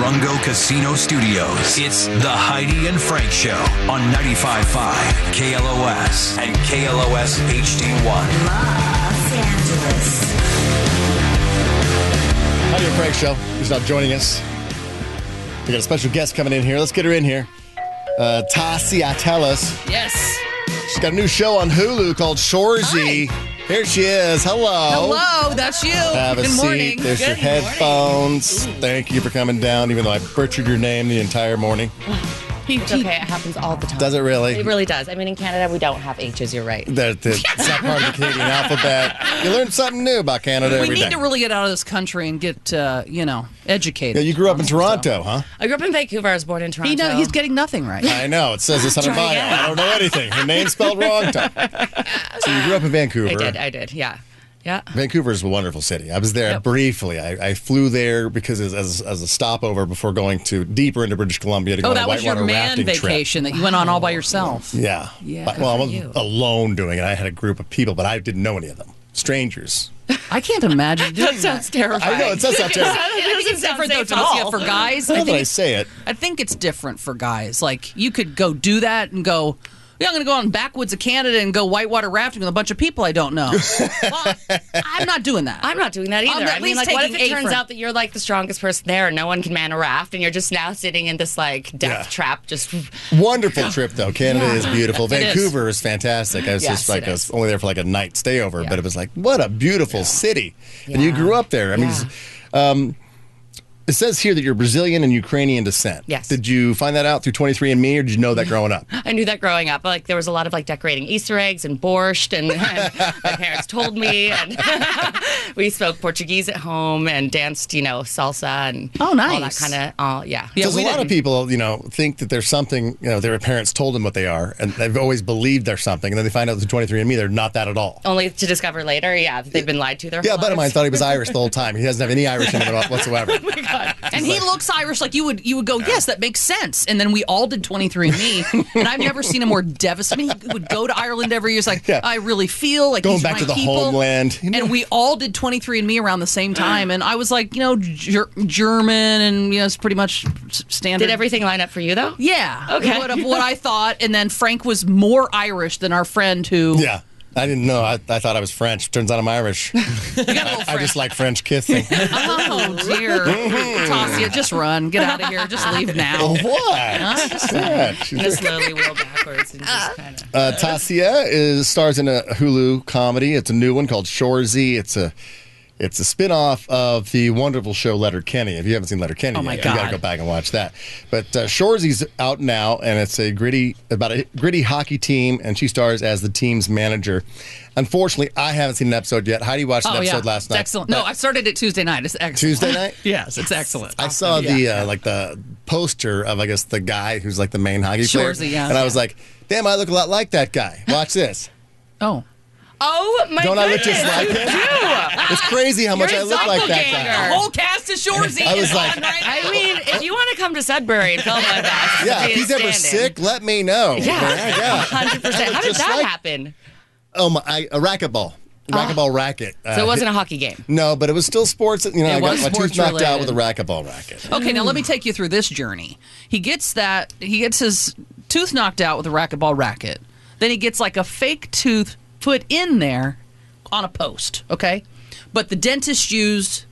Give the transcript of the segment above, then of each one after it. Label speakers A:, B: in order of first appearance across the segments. A: Bungo Casino Studios. It's the Heidi and Frank Show on 95.5 KLOS and KLOS HD1.
B: Los Angeles.
C: Howdy, and Frank Show. Who's not joining us? We got a special guest coming in here. Let's get her in here. Uh, Tassi Atelis.
D: Yes.
C: She's got a new show on Hulu called Shorzy. Here she is. Hello.
D: Hello, that's you.
C: Oh. Have a
D: Good
C: seat.
D: morning.
C: There's your
D: Good morning.
C: headphones. Thank you for coming down, even though I butchered your name the entire morning.
E: It's okay. It happens all the time.
C: Does it really?
E: It really does. I mean, in Canada, we don't have H's. You're right.
C: That, that- it's not part of the Canadian alphabet. You learn something new about Canada
D: We
C: every day.
D: need to really get out of this country and get, uh, you know,
C: Yeah,
D: educated.
C: you grew up in Toronto, huh?
E: I grew up in Vancouver. I was born in Toronto.
D: He know, he's getting nothing right.
C: I know. It says this on her
E: Try
C: bio.
E: again.
C: I don't know anything. Her name's spelled wrong. Tom. So you grew up in Vancouver.
E: I did. I did. Yeah. Yeah.
C: Vancouver is a wonderful city. I was there briefly. I, I flew there because as, as, as a stopover before going to deeper into British Columbia to go
D: Oh,
C: on a
D: that was your
C: whitewater
D: man
C: rafting trip.
D: vacation that you went on
E: Oh.
D: all by yourself.
C: Yeah.
D: Yeah,
C: But-
D: good
C: well, I
D: for
C: was
E: you.
C: alone doing it. I had a group of people, but I didn't know any of them. Strangers.
D: I can't imagine doing
E: That sounds terrifying.
C: I know it sounds not terrible.
E: I think
D: It's
E: it sounds
D: different though,
E: safe at all.
D: Tasia, for guys.
C: Now
D: I
C: that
D: think,
C: I
D: it's,
C: say it,
D: I think it's different for guys. Like you could go do that and go. Yeah, I'm going to go on backwoods of Canada and go whitewater rafting with a bunch of people I don't know. Well, I'm not doing that.
E: I'm not doing that either.
D: at
E: I mean,
D: least
E: like, what if
D: taking
E: it
D: A
E: turns
D: for-
E: out that you're like the strongest person there, and no one can man a raft, and you're just now sitting in this like death
C: Yeah.
E: trap? Just
C: wonderful trip though. Canada is beautiful.
D: is.
C: Vancouver is. fantastic. I was
E: Yes,
C: just like
E: it
C: I was
E: is.
C: only there for like a night stay over,
E: Yeah.
C: but it was like what a beautiful city. And you
E: Yeah.
C: grew up there. I mean,
E: Yeah.
C: um, it says here that you're Brazilian and Ukrainian descent.
E: Yes.
C: Did you find that out through 23andMe, or did you know that growing up?
E: I knew that growing up. Like there was a lot of like decorating Easter eggs and borscht, and, and my parents told me. And we spoke Portuguese at home and danced, you know, salsa and
D: Oh,
E: all that
D: nice.
E: kind of all yeah.
D: Yeah,
C: Because
D: we
C: a lot of
D: didn't-
C: people, you know, think that there's something, you know, their parents told them what they are, and they've always believed they're something, and then they find out through 23andMe they're not that at all.
E: Only to discover later, yeah, that they've been lied to their
C: Yeah, a
E: whole
C: buddy of mine
E: lives.
C: thought he was Irish the whole time. He doesn't have any Irish in him at all
E: Oh
C: whatsoever.
D: And he looks Irish, like you would. You would go, yes, that makes sense. And then we all did 23andMe, and I've never seen a more devastating. I mean, he would go to Ireland every year. He's like,
C: Yeah.
D: I really feel like
C: Going
D: these are
C: back
D: my
C: to the
D: people."
C: homeland. You know-
D: And we all did 23andMe around the same time, and I was like, you know, ger- German, and you know, it's pretty much s- standard.
E: Did everything line up for you though?
D: Yeah.
E: Okay.
D: What, of what I thought, and then Frank was more Irish than our friend who.
C: Yeah. I didn't know. I, I thought I was French. Turns out I'm Irish. I, I just like French kissing.
D: Oh dear,
C: Mm-hmm.
D: Tasia, just run, get out of here, just leave now.
C: Oh, what? Yeah, she's-
E: Just slowly wheel backwards and just kind of.
C: uh, Tasia is stars in a Hulu comedy. It's a new one called Shorzy. It's a it's a spin-off of the wonderful show Letter Kenny. If you haven't seen Letter Kenny,
D: Oh, my
C: yet, you got to
D: God.
C: go back and watch that. But uh, Shorzy's out now, and it's a gritty about a gritty hockey team, and she stars as the team's manager. Unfortunately, I haven't seen an episode yet. Heidi watched an
D: Oh yeah,
C: episode last
D: It's
C: night.
D: Excellent. No, I started it Tuesday night. It's excellent.
C: Tuesday night.
D: Yes, it's excellent.
C: I saw the uh, like the poster of I guess the guy who's like the main hockey player,
D: Shorzy, yeah.
C: and I was like, "Damn, I look a lot like that guy." Watch this.
D: Oh,
E: Oh my
C: Don't I look
E: goodness!
C: just like him? It's crazy how much
E: You're
C: I
E: a
C: look like that
E: doppelganger.
C: guy.
D: the whole cast of Shorzy
C: I was
D: is
C: like-
D: on right now.
E: I mean, if you want to come to Sudbury and film with us,
C: Yeah, if
E: be a
C: he's ever
E: stand-in.
C: sick, let me know.
E: yeah,
C: yeah.
E: hundred percent. How did
C: Just
E: that
C: like-
E: happen?
C: Oh my, I, a racquetball,
D: Uh-huh.
C: racquetball racket. Uh,
E: So it wasn't a hockey game.
C: No, but it was still sports. You know,
D: It
C: I got
D: was
C: my tooth
D: sports
C: knocked out with
D: related.
C: a racquetball racket.
D: Okay, now let me take you through this journey. He gets that he gets his tooth knocked out with a racquetball racket. Then he gets like a fake tooth put in there on a post, okay? But the dentist used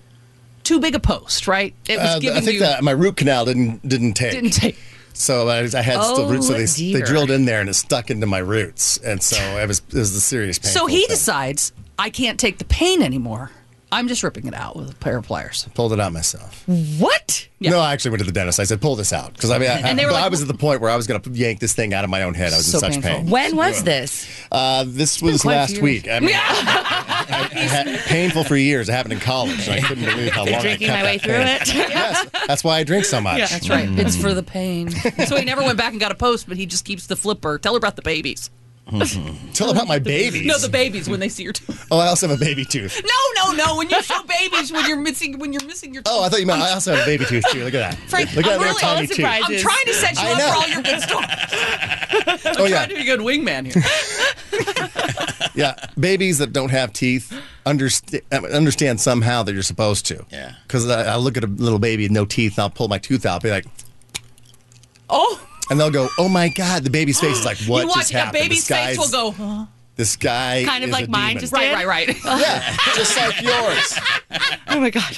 D: too big a post, right? It was
C: Uh, I
D: giving
C: think
D: you
C: that my root canal didn't didn't take.
D: didn't take
C: So I, I had still
E: Oh,
C: roots. So they, they
E: dear.
C: drilled in there and it stuck into my roots, and so it was it was the serious pain.
D: So he
C: thing.
D: decides I can't take the pain anymore. I'm just ripping it out with a pair of pliers.
C: pulled it out myself.
E: What?
C: No, I actually went to the dentist. I said, "Pull this out," because I mean, I,
D: And they were
C: but I
D: like-
C: was at the point where I was going to yank this thing out of my own head. I was in
D: So
C: such
D: painful.
C: pain.
E: When was this?
C: Uh, this was
E: quite a
C: last
E: few
C: week. I mean, I- I had- painful for years. It happened in college, and I couldn't believe how long
E: Drinking
C: I kept
E: my way
C: that
E: through
C: pain.
E: it.
C: Yes, that's why I drink so much.
D: That's right. It's for the pain. so he never went back and got a post, but he just keeps the flipper. Tell her about the babies.
C: Tell about my babies.
D: No, the babies when they see your tooth.
C: oh, I also have a baby tooth.
D: No, no, no. When you show babies when you're missing when you're missing your tooth.
C: Oh, I thought you meant I also have a baby tooth too. Look at that.
D: Frank,
C: Look at
D: I'm
C: that
D: really-
C: little tiny
D: I'm
C: tooth.
E: surprised.
D: I'm trying to set you
C: I
D: up
C: know.
D: for all your good stories.
C: Oh
D: Trying
C: yeah,
D: to be a good wingman here.
C: yeah. Babies that don't have teeth understand understand somehow that you're supposed to.
F: Yeah.
C: Because I, I look at a little baby with no teeth, and I'll pull my tooth out, be like,
D: Oh,
C: and they'll go, "Oh my god!" The baby's face is like, "What
D: you watch
C: just happened?"
D: a baby's
C: this guy's,
D: face will go huh?
C: This guy,
E: Kind of
C: is
E: like
C: a
E: mine
C: demon.
E: just
D: right,
E: Dad?
D: right, right.
C: yeah, just like yours.
E: Oh my god.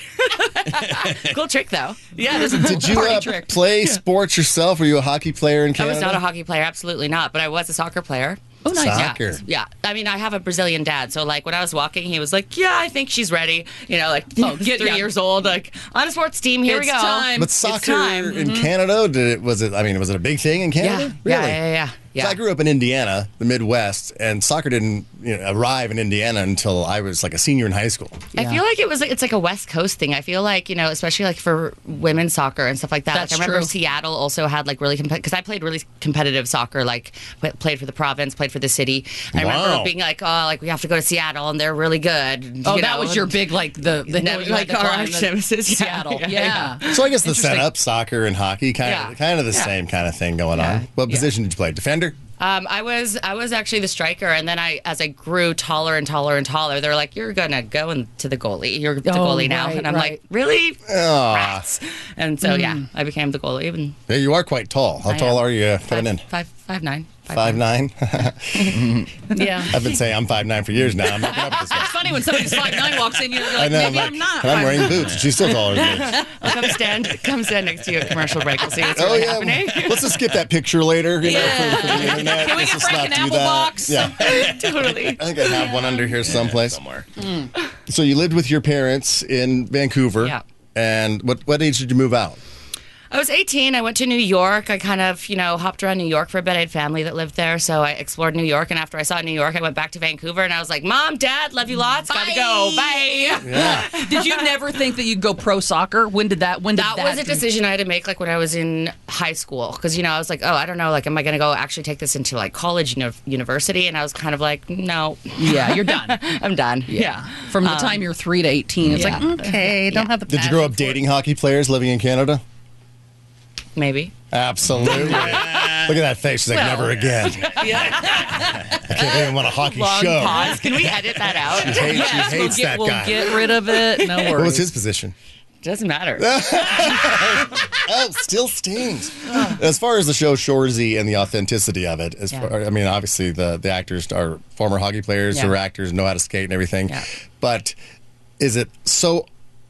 E: cool trick though.
D: yeah, this is a
C: Did you
D: party
C: uh,
D: trick.
C: play sports yourself? Were you a hockey player in
E: I
C: Canada?
E: was not a hockey player, absolutely not, but I was a soccer player.
D: oh, nice.
C: Sock.
D: Yeah.
C: Soccer.
E: Yeah. I mean, I have a Brazilian dad, so like when I was walking, he was like, "Yeah, I think she's ready." You know, like
D: Oh,
E: get,
D: get-
E: three
D: yeah.
E: years old, like on a sports team. Here we
D: It's
E: go.
D: time.
C: but
D: It's
C: soccer
E: time. Mm-hmm.
C: in Canada, did it? Was it? I mean, was it a big thing in
E: Yeah.
C: Canada?
E: yeah,
C: Really?
E: yeah, yeah, yeah, yeah.
C: So I grew up in Indiana, the Midwest, and soccer didn't you know, arrive in Indiana until I was like a senior in high school.
E: I feel like it was like it's like a West Coast thing. I feel like you know, especially like for women's soccer and stuff like that.
D: That's
E: like I remember
D: true.
E: Seattle also had like really because I played really competitive soccer. Like w- played for the province, played for the city. I
C: Wow.
E: remember being like, oh, like we have to go to Seattle and they're really good.
D: Oh,
E: you
D: that
E: know,
D: was your
E: and-
D: big like the the
E: That was like our arch nemesis. Yeah.
D: Seattle.
E: Yeah.
D: Yeah.
C: So I guess the
D: Interesting.
C: setup, soccer and hockey, kind
E: Yeah.
C: of kind of the
E: Yeah.
C: same kind of thing going
E: Yeah.
C: on. What
E: Yeah.
C: position did you play? Defender.
E: Um, I was I was actually the striker, and then I as I grew taller and taller and taller, they're like, "You're gonna go into the goalie. You're the
D: Oh,
E: goalie now."
D: right,
E: and I'm
D: right. Hmm.
E: like, "Really?" Rats. And so yeah, I became the goalie. Even
C: Yeah, you are quite tall. How
E: I
C: tall
E: am.
C: are you uh,
E: five,
C: coming in?
E: five, five nine. Five,
C: Five nine.
E: nine. Yeah.
C: I've been saying I'm five nine for years now. I'm not gonna up with this.
D: It's funny when somebody's five nine walks in, you're like,
C: I know.
D: maybe
C: I'm, like,
D: I'm not.
C: and I'm
D: five
C: wearing boots. She's still taller than me.
E: I'll come stand. Come stand next to you at commercial break. We'll see what's
C: Oh
E: really
C: yeah.
E: happening.
C: Let's just skip that picture later. You know,
D: Yeah.
C: for, for the internet.
D: Can we
C: Let's
D: get
C: just
D: Frank
C: not
D: an
C: do
D: apple
C: that.
D: box?
C: Yeah.
E: totally.
C: I think I have one under here someplace. Mm.
F: somewhere.
C: So you lived with your parents in Vancouver.
E: Yeah.
C: And what what age did you move out?
E: I was 18. I went to New York. I kind of, you know, hopped around New York for a bit. I had family that lived there, so I explored New York. And after I saw New York, I went back to Vancouver, and I was like, "Mom, Dad, love you lots. Gotta
D: Bye."
E: go. Bye."
D: Did you never think that you'd go pro soccer? When did that? When did
E: that,
D: that?
E: was a decision I had to make like when I was in high school because you know I was like oh I don't know like am I gonna go actually take this into like college uni- university and I was kind of like no
D: Yeah, you're done.
E: I'm done "Mm,
D: Yeah, from the time you're three to eighteen, it's
E: Yeah.
D: like okay, don't have the.
C: Did you grow up dating hockey players living in Canada?
E: maybe
C: Absolutely. Look at that face. She's like,
E: Well,
C: never again. I can't even want a hockey
E: long
C: show.
E: pause can we edit that out
C: Hey, she
D: Yes, we'll
C: hates
D: get,
C: that
D: we'll
C: guy.
D: get rid of it. No worries.
C: what was his position?
E: doesn't matter
C: Oh, still stings. as far as the show Shorzy and the authenticity of it, as
E: Yeah.
C: far, I mean, obviously the the actors are former hockey players,
E: Yeah.
C: who are actors, know how to skate and everything.
E: Yeah.
C: But is it so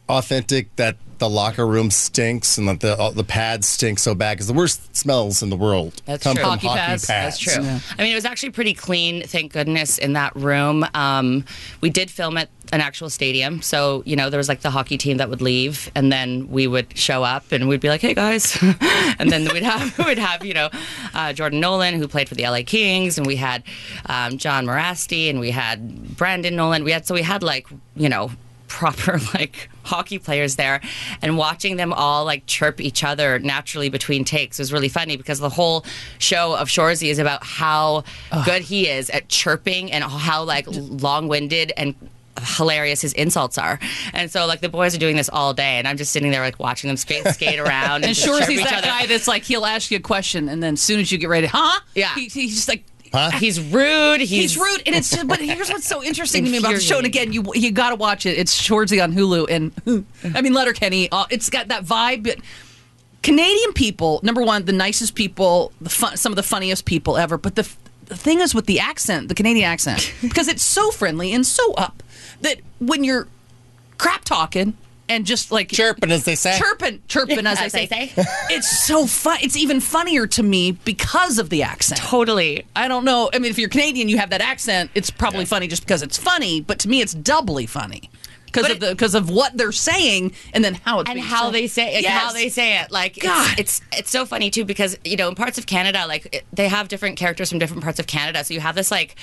C: authentic that the locker room stinks and that the all, the pads stink so bad? Because the worst smells in the world
E: That's
C: come
E: true.
C: from
E: Hockey
C: hockey,
D: pads,
C: pads.
D: that's
E: That's true. I mean, it was actually pretty clean, thank goodness, in that room. Um, we did film at an actual stadium. So, you know, there was like the hockey team that would leave and then we would show up and we'd be like, hey guys. and then we'd have, we'd have you know, uh, Jordan Nolan, who played for the LA Kings, and we had um, John Morasti and we had Brandon Nolan. We had, so we had like, you know, proper like hockey players there and watching them all like chirp each other naturally between takes was really funny because the whole show of Shorzy is about how good he is at chirping and how like long-winded and hilarious his insults are and so like the boys are doing this all day and I'm just sitting there like watching them skate, skate around and,
D: And
E: just
D: sure,
E: chirp
D: he's
E: each
D: that
E: other.
D: guy that's like he'll ask you a question, and then as soon as you get ready, huh?
E: Yeah.
D: He, he's just like
E: he's rude he's,
D: he's rude, and it's just. But here's what's so interesting to me about the show, and again, you you got to watch it. It's Shorzy on Hulu, and I mean Letterkenny. Uh, it's got that vibe, but. Canadian people, number one, the nicest people, the fun, some of the funniest people ever. But the, f- the thing is with the accent, the Canadian accent, because it's so friendly and so up that when you're crap talking and just like
C: Chirping, as they say.
D: chirping, chirping, as,
E: As
D: I
E: they
D: say,
E: say.
D: it's so fun. It's even funnier to me because of the accent.
E: totally
D: I don't know. I mean, if you're Canadian, you have that accent. It's probably funny just because it's funny, but to me, it's doubly funny because
E: But
D: of
E: it-
D: the because of what they're saying and then how it's
E: and
D: being
E: how
D: said.
E: they say like,
D: Yes.
E: how they say it. Like it's-
D: God.
E: It's, it's so funny too because you know in parts of Canada like it- they have different characters from different parts of Canada, so you have this like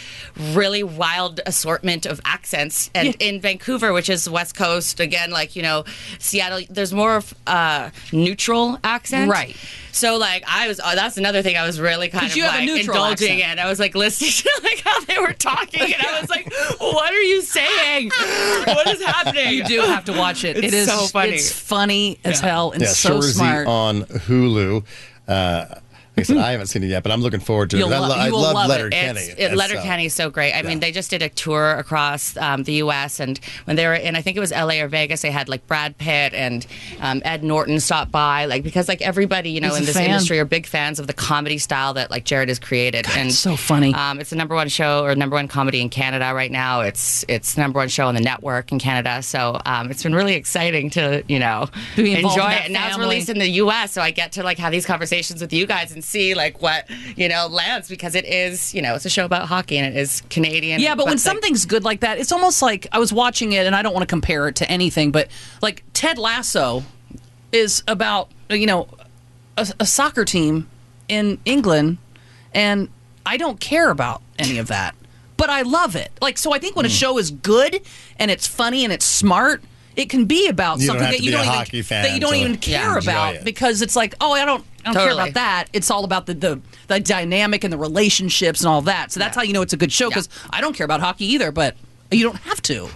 E: really wild assortment of accents. And in Vancouver, which is West Coast again, like you know Seattle, there's more of uh, neutral accent,
D: Right.
E: So like I was oh, that's another thing I was really kind
D: 'Cause
E: of
D: you have a
E: like
D: neutral
E: indulging
D: accent.
E: in. I was like listening to like how they were talking, and I was like, what are you saying? What is happening?
D: You do have to watch it.
E: It's
D: it is
E: so funny.
D: It's funny as hell and
C: Yeah,
D: so
C: Shorzy
D: smart.
C: on Hulu. Uh, Like I said, I haven't seen it yet, but I'm looking forard to it.
D: You'll
C: I,
D: lo-
C: I
D: you will
C: love
D: love it.
C: Letter Kenny.
E: It's, it, Letterkenny is so great. I mean,
C: Yeah.
E: they just did a tour across um, the U.S. and when they were in, I think it was L.A. or Vegas, they had like Brad Pitt and um, Ed Norton stop by, like because like everybody you know
D: He's
E: in
D: a
E: this
D: fan.
E: industry are big fans of the comedy style that like Jared has created. and
D: it's so funny.
E: Um, it's the number one show or number one comedy in Canada right now. It's it's the number one show on the network in Canada. So um, it's been really exciting to you know
D: Be involved in
E: enjoy
D: that
E: it. And now it's
D: family.
E: released in the U.S., so I get to like have these conversations with you guys and see like what you know lands because it is you know it's a show about hockey and it is Canadian.
D: Yeah, but when
E: like,
D: something's good like that, it's almost like I was watching it, and I don't want to compare it to anything, but like Ted Lasso is about you know a, a soccer team in England, and I don't care about any of that, but I love it. Like so, I think
C: Hmm.
D: when a show is good and it's funny and it's smart. It can be about
C: You don't
D: something
C: have
D: that
C: to
D: you
C: be a
D: don't
C: hockey
D: even
C: fan
D: that you don't
C: to
D: even care
E: enjoy
D: about
C: it.
D: because it's like, oh, I don't, I don't care
E: Totally.
D: about that. It's all about the, the the dynamic and the relationships and all that. So that's
E: Yeah.
D: how you know it's a good show
E: Yeah.
D: because I don't care about hockey either, but you don't have to.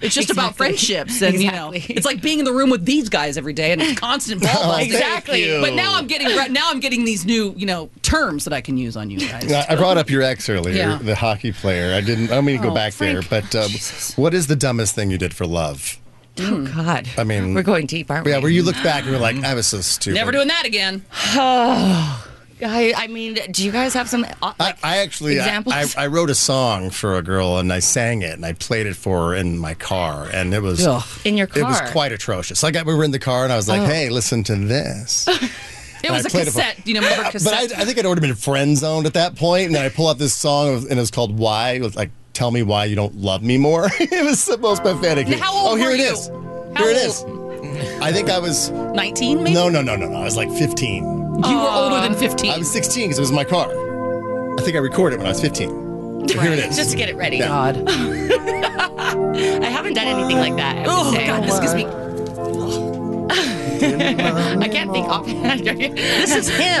D: It's just about
E: Exactly.
D: friendships, and you know,
E: Exactly.
D: it's like being in the room with these guys every day, and it's constant ball
C: Oh,
D: busting.
C: thank
E: Exactly.
C: you.
D: But now I'm getting re- now I'm getting these new you know terms that I can use on you guys.
C: I I brought up your ex earlier,
D: Yeah.
C: the hockey player. I didn't. I don't mean to go
D: Oh,
C: back
D: Frank.
C: there, but um, what is the dumbest thing you did for love?
E: oh God,
C: I mean-
E: we're going deep, aren't we?
C: Yeah, where you look back and you're like, I was so stupid.
D: Um, Never doing that again.
E: I, I mean, do you guys have some? uh,
C: I,
E: Like,
C: I actually I,
E: examples?
C: I, I wrote a song for a girl and I sang it and I played it for her in my car and it was
D: Ugh.
E: In your
C: It was
E: car?
C: quite atrocious. Like I, we were in the car and I was
D: Oh.
C: like, "Hey, listen to this."
D: It
C: I
D: was a
C: played it for-
D: cassette. you know, remember
C: but I,
D: cassette?
C: I think I'd already been friend zoned at that point, and then I pull out this song and it was called "Why." It was like, "Tell me why you don't love me more." it was the most pathetic.
D: Now, how old
C: oh, here
D: were
C: it
D: you?
C: is.
D: How
C: here it
D: old?
C: is. I think I was
D: Nineteen, maybe.
C: no, no, no, no, no. I was like 15.
D: you were older than fifteen.
C: I was 16 because it was in my car. I think I recorded it when I was 15. So Here it is.
E: just to get it ready.
D: God.
E: I haven't done anything like that. I would
D: Oh
E: say.
D: God, this gives me.
E: I can't think offhand. this is him.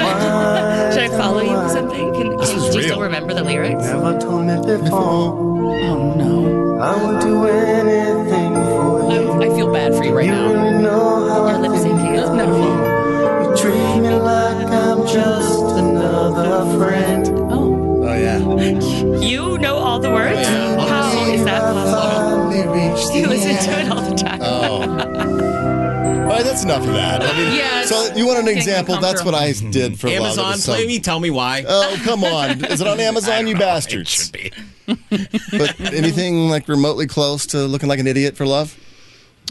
E: Should I follow you or something? Can,
C: This
E: do
C: is
E: you still
C: real.
E: remember the lyrics?
F: Never told me before.
D: Oh no.
F: I would do anything for you.
D: I'm, I feel bad for you right
F: You
D: now.
F: really know how
E: Your
F: I
E: lip
F: think.
E: syncing is beautiful.
F: You treat me like I'm just another friend.
D: Oh.
C: Oh yeah. Oh,
E: You know all the words? How is that possible?
F: Finally reached the
E: You listen
F: end.
E: to it all the time.
C: All right, that's enough of that. I mean,
D: Yeah,
C: so
D: it's
C: you want an
D: getting
C: example? That's what I did for love. It
G: Amazon,
C: was some-
G: play me, tell me why.
C: Oh come on! Is it on
G: I
C: Amazon,
G: don't
C: you
G: know. It
C: bastards?
G: should be.
C: But anything like remotely close to looking like an idiot for love?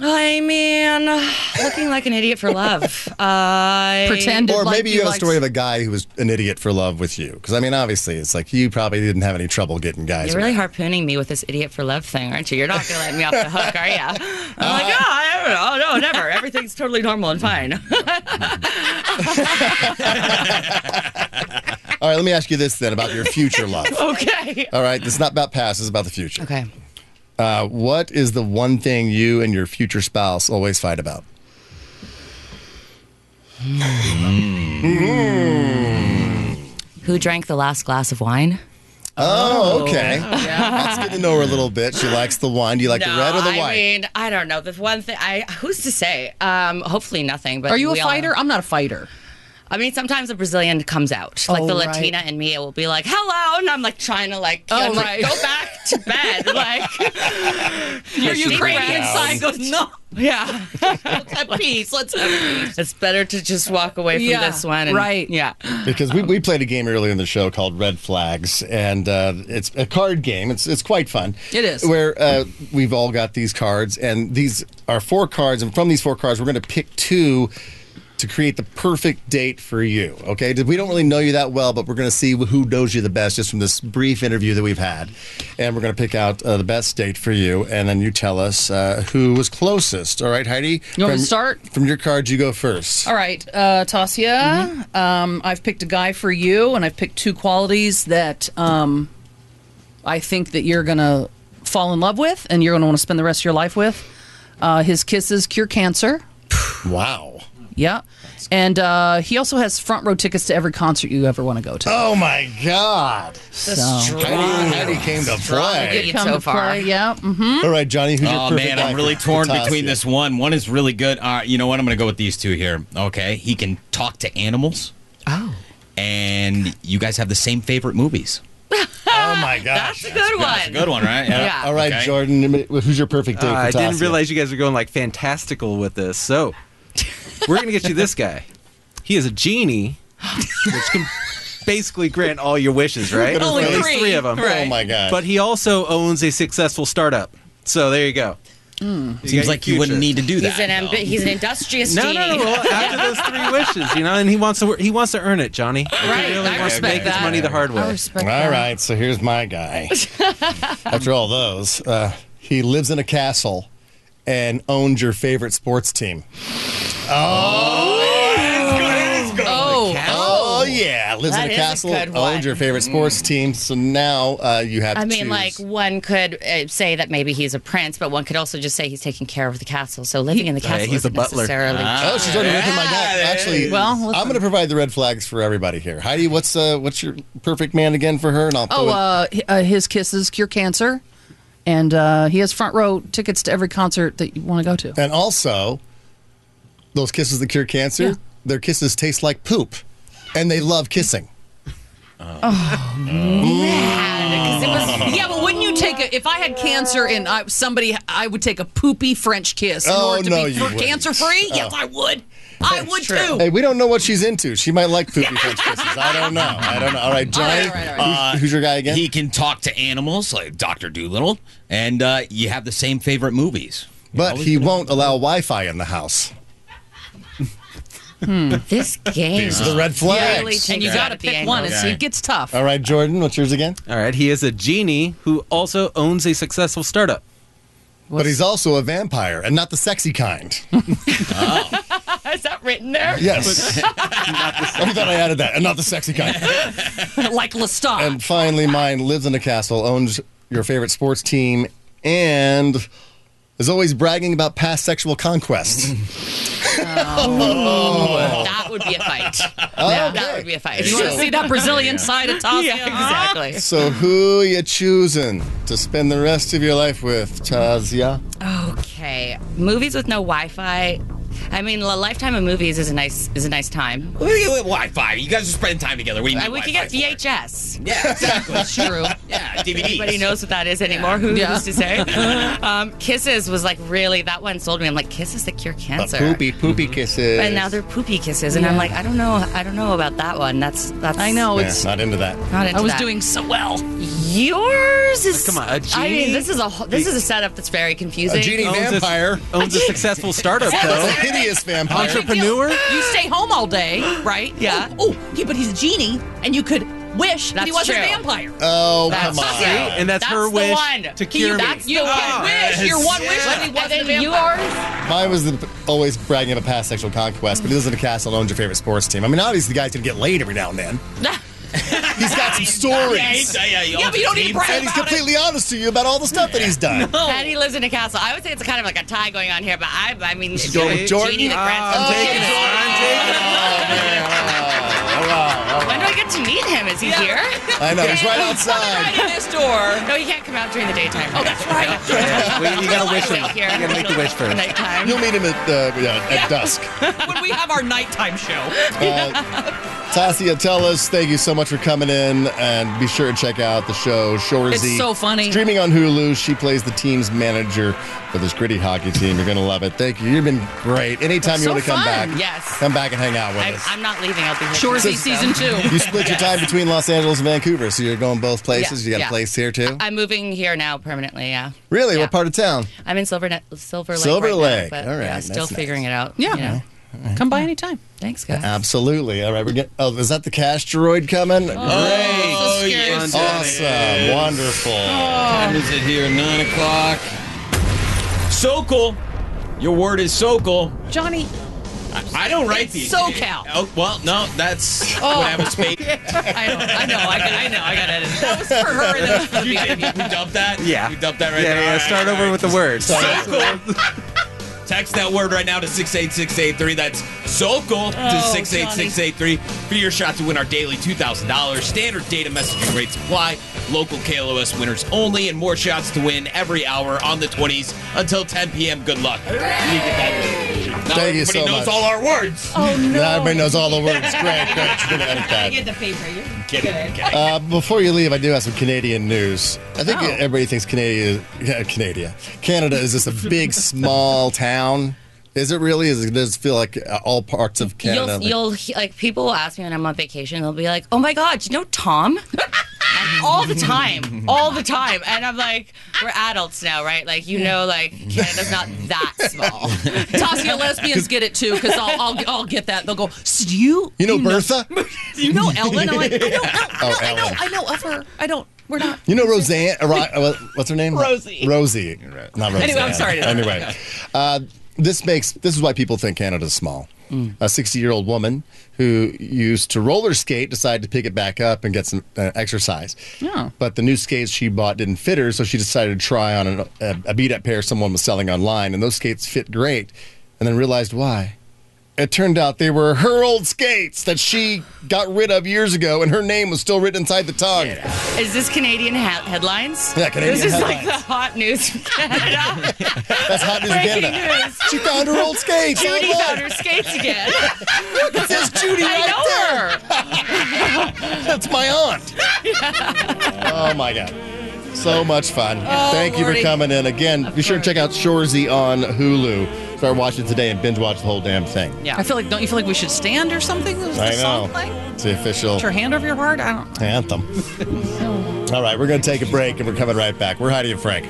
E: I mean, looking like an idiot for love. I
D: Pretended
C: or
D: like
C: maybe you have
D: liked-
C: a story of a guy who was an idiot for love with you. Because I mean, obviously, it's like you probably didn't have any trouble getting guys.
E: You're really
C: around.
E: harpooning me with this idiot for love thing, aren't you? You're not going to let me off the hook, are you? I'm like, oh, I don't know. Oh, no, never. Everything's totally normal and fine.
C: All right, let me ask you this then about your future love.
E: okay.
C: All right, this is not about past; it's about the future.
E: Okay.
C: Uh, what is the one thing you and your future spouse always fight about?
E: Who drank the last glass of wine?
C: Oh, okay. That's good to know her a little bit. She likes the wine. Do you like the red or the white?
E: I mean, I don't know. The one thing I who's to say? Um, hopefully nothing. But
D: Are you a
E: we all-
D: fighter? I'm not a fighter.
E: I mean, sometimes a Brazilian comes out, like
D: Oh,
E: the
D: right.
E: Latina in me. It will be like, "Hello," and I'm like trying to like,
D: Oh,
E: I'm like,
D: right.
E: go back to bed, like,
D: Your
E: Deep
D: Ukrainian
E: breath.
D: side goes no.
E: yeah, let's have peace. Let's have peace. It's better to just walk away from
D: Yeah,
E: this one, and-
D: right.
E: Yeah,
C: because we, we played a game earlier in the show called Red Flags, and uh, it's a card game. It's it's quite fun.
D: It is.
C: Where uh, we've all got these cards, and these are four cards, and from these four cards, we're going to pick two to create the perfect date for you. Okay, we don't really know you that well, but we're going to see who knows you the best just from this brief interview that we've had, and we're going to pick out uh, the best date for you, and then you tell us uh, who was closest. All right, Heidi.
D: You want me to
C: From-
D: start?
C: from your cards? You go first.
D: All right, uh, Tasia,
C: Mm-hmm.
D: um, I've picked a guy for you, and I've picked two qualities that um, I think that you're gonna fall in love with, and you're gonna want to spend the rest of your life with. Uh, his kisses cure cancer.
C: Wow.
D: Yeah, and uh, he also has front row tickets to every concert you ever want to go to.
C: Oh my God.
D: so.
C: Heidi, Heidi came to play.
E: It's so
D: to
E: far.
D: play, yeah. Mm-hmm.
C: All right, Johnny, who's your
G: Oh
C: perfect
G: man,
C: guy
G: I'm
C: for
G: really torn
C: Tasia?
G: between this one. One is Uh, really good. All right, you know what? I'm going to go with these two here. Okay, he can talk to animals. Oh. and you guys have the same favorite movies.
C: Oh my
E: Ah, That's
C: gosh.
E: a good one.
G: That's a good one, right?
E: Yeah.
C: All right,
G: Okay.
C: Jordan, who's your perfect date?
H: Uh,
C: for
H: I didn't
C: Tasia?
H: realize you guys were going like fantastical with this. So we're gonna get you this guy. He is a genie, which can basically grant all your wishes, right?
C: Only
H: At least
D: three,
H: three of them.
C: Oh my god.
H: But he also owns a successful startup. So there you go.
D: Hmm.
H: You got
G: Seems
H: your
G: like you wouldn't need
H: future.
G: to do that.
E: He's an amb-
G: though.
E: he's an industrious
H: No,
E: genie.
H: no, no. Well, after those three wishes, you know, and he wants to wor- he wants to earn it, Johnny.
D: Right,
H: He really
D: I
H: wants to
D: respect
H: make
D: that.
H: his money the hard
D: I
H: way.
D: respect
C: All
D: that.
C: right, so here's my guy. After all those, uh, he lives in a castle and owns your favorite sports team.
D: Oh,
C: Oh, yeah, lives
E: That
C: in a
E: is a
C: castle,
E: good one. Mm.
C: owns your favorite sports team. So now uh, you have.
E: I
C: to
E: mean,
C: choose.
E: like one could uh, say that maybe he's a prince, but one could also just say he's taking care of the castle. So living in the castle
H: he's the
E: isn't
H: butler.
E: necessarily.
D: Ah.
C: Oh, she's already making my guy. Actually,
D: Well,
C: I'm
D: listen.
C: going to provide the red flags for everybody here. Heidi, what's uh, what's your perfect man again for her? And I'll.
D: oh,
C: throw in-
D: uh, h- uh, his kisses cure cancer, and uh, he has front row tickets to every concert that you want to go to.
C: and also, those kisses that cure cancer.
D: Yeah.
C: Their kisses taste like poop, and they love kissing.
E: Yeah, 'cause it was-
D: Yeah, but wouldn't you take a? If I had cancer and I, somebody, I would take a poopy French kiss in
C: Oh,
D: order to
C: no,
D: be
C: you wouldn't.
D: cancer free. Yes, I would. I would too.
C: Hey, we don't know what she's into. She might like poopy French kisses. I don't know. I don't know. All right, Johnny,
D: all right, all right.
C: who's- who's your guy again?
G: He can talk to animals like Doctor Doolittle, and uh, you have the same favorite movies.
C: but he won't allow Wi-Fi in the house.
E: this game.
C: These are the red flags.
E: Really
D: and you
E: Yeah.
D: got to
E: At the
D: pick
E: angle.
D: one, and so
G: Okay.
D: it gets tough.
C: All right, Jordan, what's yours again?
H: All right, he is a genie who also owns a successful startup.
C: But he's also a vampire, and not the sexy kind.
E: Is that written there?
C: Yes. I thought I added that, and not the sexy kind.
D: like Lestat.
C: And finally, mine lives in a castle, owns your favorite sports team, and is always bragging about past sexual conquests.
E: That would be a fight.
C: Oh,
E: That would be a fight.
D: Oh, you want to see that Brazilian side of Tasia?
E: exactly.
C: So who you choosing to spend the rest of your life with, Tazia?
E: Okay, movies with no Wi-Fi. I mean, a lifetime of movies is a nice is a nice time.
G: What do you- what Wi-Fi. You guys are spending time together. What do you
E: Uh,
G: need
E: we could
G: Wi-Fi
E: get
G: for?
E: VHS.
G: Yeah, exactly.
D: That's true.
G: yeah, DVDs.
E: Nobody knows what that is anymore. Who
D: Yeah.
E: used to say? um, kisses was like really that one sold me. I'm like kisses that cure cancer.
C: Poopy, poopy kisses.
E: And now they're poopy kisses, and I'm
D: Yeah.
E: like, I don't know, I don't know about that one. That's that's.
D: I know.
C: Yeah,
D: Oh, It's.
C: not into that.
E: Not into
D: I was
E: that.
D: doing so well.
E: yours is.
H: Come on, a
E: I mean,
H: genie-
E: this is a whole- this is a setup that's very confusing.
H: Owns a- owns a successful startup
C: That's a
H: though.
C: hideous vampire.
H: Entrepreneur.
D: You stay home all day, right?
E: Yeah.
D: Oh, oh, he- but he's a genie, and you could wish that he
E: That's
D: was a
E: true.
D: vampire.
C: Oh,
E: That's-
C: come on.
E: See?
H: And that's,
E: That's
H: her
E: the
H: wish
E: one.
H: to
E: Can
H: cure
E: you-
H: me.
E: that's
D: You can
E: Ah,
D: wish your one wish that he
E: And
D: was a
E: then
D: vampire.
E: yours.
C: Mine was the, always bragging about past sexual conquest, but he lives in a castle and owns your favorite sports team. I mean, obviously the guy's gonna get laid every now and then. He's got some
G: Yeah, he's-
C: stories,
G: yeah, yeah,
D: Yeah, but you don't need to brag
C: and he's
D: about
C: completely honest to you about all the stuff that he's done.
E: And he lives in a castle. I would say it's kind of like a tie going on here, but I, I mean, it's
C: going with Jordan?
E: Genie the Grand
H: I'm
E: Slam.
H: taking it. I'm
E: When do I get to meet him? Is he here?
C: I know he's right
D: Right
C: outside.
D: in this door.
E: No, he can't come out during the daytime. Oh, that's
H: taking it. Wait, you gotta wish him.
E: Here.
H: You gotta make the wish first.
E: Nighttime.
C: You'll meet him at uh, yeah, at dusk.
D: when we have our nighttime show.
C: Uh, Tasia, tell us. Thank you so much for coming in, and be sure to check out the show Shorzy.
D: It's so funny.
C: Streaming on Hulu, she plays the team's manager for this gritty hockey team. You're gonna love it. Thank you. You've been great. Anytime you
D: so
C: want to come
D: fun.
C: back,
E: Yes.
C: come back and hang out with
E: I,
C: us.
E: I'm not leaving. I'll be here.
D: Shorzy season
E: tonight, so-
D: two.
C: you split your time between Los Angeles and Vancouver, so you're going both places.
E: Yeah,
C: you got
E: yeah.
C: a place here too.
E: I'm moving here now permanently. Yeah.
C: really?
E: yeah.
C: What part of town?
E: I'm in Silver Net, Silver Lake.
C: Silver
E: right now,
C: Lake.
E: but,
C: All right,
E: Yeah,
C: that's
E: still
C: nice.
E: figuring it out.
D: Yeah.
E: you know.
D: Come by anytime.
E: Thanks, guys.
C: Absolutely. All right. We're getting. Oh, is that the cash droid coming?
G: Oh,
D: So scary.
G: yes.
C: Awesome. Wonderful.
E: Oh,
G: Time is it here? Nine o'clock. Sokol. Your word is Sokol.
D: Johnny,
G: I don't write
D: It's
G: these.
D: SoCal. Oh.
G: Oh, well, no, that's what I was space.
D: I, don't, I know, I, got- I know, I got it. That was for her. And that was for
G: You
D: me.
G: did. You dumped that?
H: Yeah.
G: You dumped that right
H: yeah,
G: there.
H: Yeah,
G: All right,
H: start
G: all
H: over
G: right.
H: with the words.
G: Sokol. Text that word right now to 68683. That's Sokol to
D: Oh,
G: 68683 for your shot to win our daily $2,000. Standard data messaging rates apply. Local KLOS winners only, and more shots to win every hour on the 20s until 10 p.m. Good luck. You can call me. Now
C: Thank
G: everybody
C: you so
G: knows
C: much.
G: all our words.
I: Oh no!
C: Now everybody knows all the words. Great, great. You're gonna edit
I: I
C: that.
I: get the paper. You're
G: Kidding,
I: good.
G: kidding.
C: Uh, before you leave, I do have some Canadian news. I think
D: Oh.
C: everybody thinks Canada, yeah, Canada, Canada is just a big small town. Is it really? Is it, does it feel like uh, all parts of
E: You'll,
C: Canada? like-
E: you'll he- like people will ask me when I'm on vacation. They'll be like, "Oh my God, do you know Tom?" And all the time, all the time, and I'm like, "We're adults now, right? Like, you know, like Canada's not that small."
D: Tassia lesbians get it too because I'll, I'll I'll get that. They'll go, "S- you
C: you know Bertha?
D: you know Ellen. I'm like, I know,
C: Oh,
D: I know,
C: Ellen.
D: I know of her. I don't. We're not.
C: You know Roseanne? uh, Ro- uh, what's her name?
I: Rosie.
C: Rosie. Not Roseanne.
D: Anyway, I'm sorry to interrupt.
C: Anyway, uh, this makes this is why people think Canada's small.
D: Mm.
C: A 60 year old woman who used to roller skate decided to pick it back up and get some uh, exercise.
D: Yeah.
C: But the new skates she bought didn't fit her, so she decided to try on an, a, a beat up pair someone was selling online, and those skates fit great, and then realized why. It turned out they were her old skates that she got rid of years ago, and her name was still written inside the tongue.
E: Is this Canadian ha- headlines?
C: Yeah, Canadian
E: This is
C: headlines.
E: like the hot news from Canada.
C: That's hot news in
E: Breaking
C: Canada.
E: news.
C: She found her old skates.
E: Judy
C: online.
E: found her skates again.
C: It says Judy
E: I
C: right there.
E: know her.
C: That's my aunt. oh my god. So much fun.
E: Oh,
C: Thank you for
D: Lordy.
C: coming in. Again, be sure to check out Shorzy on Hulu. Start watching today and binge watch the whole damn thing.
D: I feel like don't you feel like we should stand or something? Was the
C: I
D: song
C: know.
D: playing?
C: It's the official
D: Put your hand over your heart. I don't.
C: anthem. All right, we're going to take a break and we're coming right back. We're Heidi and Frank.